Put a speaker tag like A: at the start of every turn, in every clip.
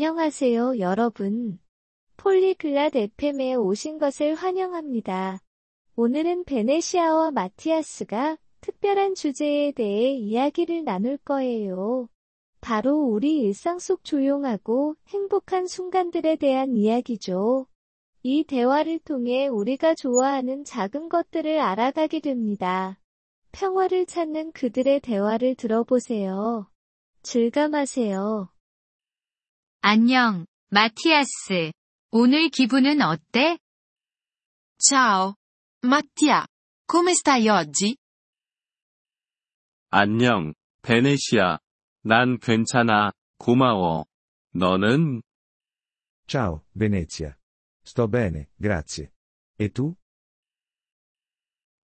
A: 안녕하세요, 여러분. 폴리글랏 FM에 오신 것을 환영합니다. 오늘은 베네시아와 마티아스가 특별한 주제에 대해 이야기를 나눌 거예요. 바로 우리 일상 속 조용하고 행복한 순간들에 대한 이야기죠. 이 대화를 통해 우리가 좋아하는 작은 것들을 알아가게 됩니다. 평화를 찾는 그들의 대화를 들어보세요. 즐감하세요.
B: 안녕, 마티아스. 오늘 기분은 어때?
C: Ciao. Mattia. Come stai oggi?
D: 안녕, 베네시아. 난 괜찮아, 고마워. 너는?
E: Ciao, Venezia. Sto bene, grazie. E tu?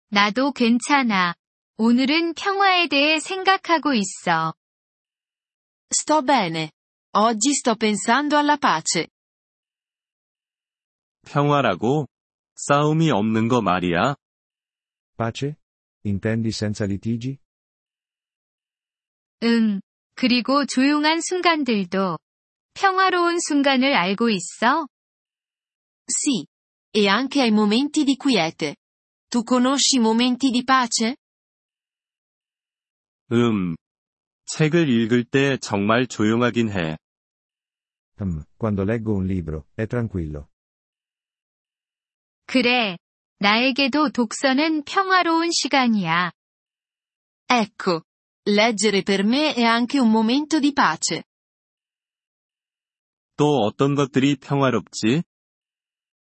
B: 나도 괜찮아. 오늘은 평화에 대해 생각하고 있어.
C: Sto bene. Oggi sto pensando alla pace.
D: 평화라고? 싸움이 없는 거 말이야?
E: Pace? Intendi senza litigi?
B: 응. 그리고 조용한 순간들도. 평화로운 순간을 알고 있어?
C: Sì. E anche ai momenti di quiete. Tu conosci i momenti di pace?
D: 음. 책을 읽을 때 정말 조용하긴 해.
E: Hmm, quando leggo un libro, è tranquillo.
B: 그래. 나에게도 독서는 평화로운 시간이야.
C: Ecco. Leggere per me è anche un momento di pace.
D: 또 어떤 것들이 평화롭지?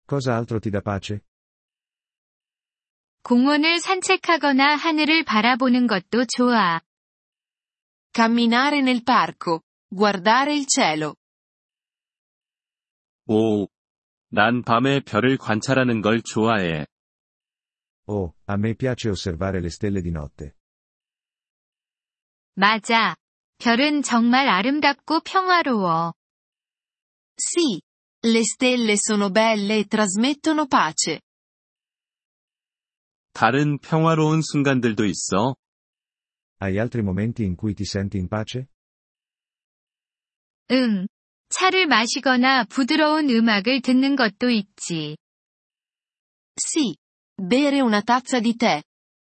E: Cos'altro ti dà pace?
B: 공원을 산책하거나 하늘을 바라보는 것도 좋아.
C: Camminare nel parco. Guardare il cielo.
D: 오. 난 밤에 별을 관찰하는 걸 좋아해.
E: Oh, a me piace osservare le stelle di notte.
B: 맞아. 별은 정말 아름답고 평화로워.
C: Sì. Le stelle sono belle e trasmettono pace.
D: 다른 평화로운 순간들도 있어.
E: Hai altri momenti in cui ti senti in pace?
B: 응. 차를 마시거나 부드러운 음악을 듣는 것도 있지.
C: Sì. Bere una tazza di tè.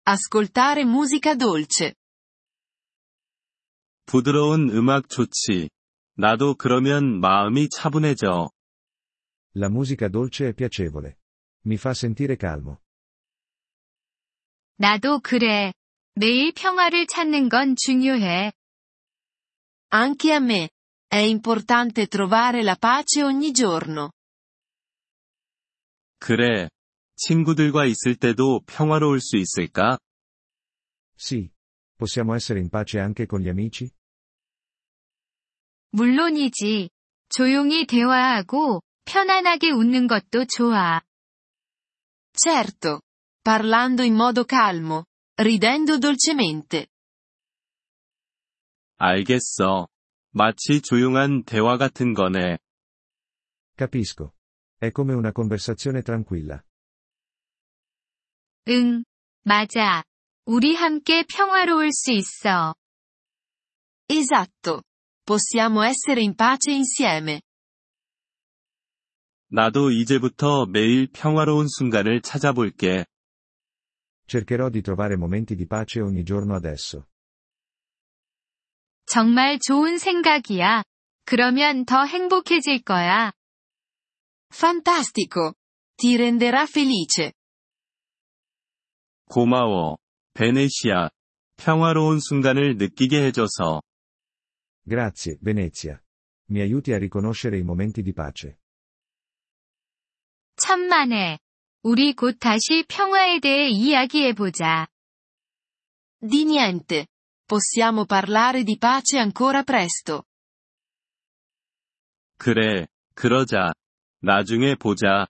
C: Ascoltare musica dolce.
D: 부드러운 음악 좋지. 나도 그러면 마음이 차분해져.
E: La musica dolce è piacevole. Mi fa sentire calmo.
B: 나도 그래. 매일 평화를 찾는 건 중요해.
C: Anche a me. È importante trovare la pace ogni giorno.
D: 그래. 친구들과 있을 때도 평화로울 수 있을까?
E: Sì. Possiamo essere in pace anche con gli amici?
B: 물론이지. 조용히 대화하고 편안하게 웃는 것도 좋아.
C: Certo. Parlando in modo calmo. Ridendo dolcemente.
D: 알겠어. 마치 조용한 대화 같은 거네.
E: Capisco. È come una conversazione tranquilla.
B: 응. 맞아. 우리 함께 평화로울 수 있어.
C: Esatto. Possiamo essere in pace insieme.
D: 나도 이제부터 매일 평화로운 순간을 찾아볼게.
E: Cercherò di trovare momenti di pace ogni giorno adesso.
B: 정말 좋은 생각이야. 그러면 더 행복해질 거야.
C: Fantastico. Ti renderà felice.
D: 고마워. 베네시아. 평화로운 순간을 느끼게 해줘서.
E: Grazie, Venezia. Mi aiuti a riconoscere i momenti di pace.
B: 천만에. 우리 곧 다시 평화에 대해 이야기해보자.
C: Di niente. Possiamo parlare di pace ancora presto.
D: 그래. 그러자. 나중에 보자.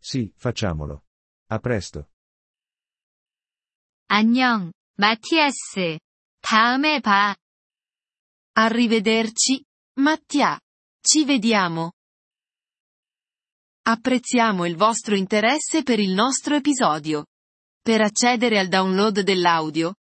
E: Sì, facciamolo. A presto.
B: 안녕, 마티아스. 다음에 봐.
C: Arrivederci, Mattia. Ci vediamo. Apprezziamo il vostro interesse per il nostro episodio. Per accedere al download dell'audio,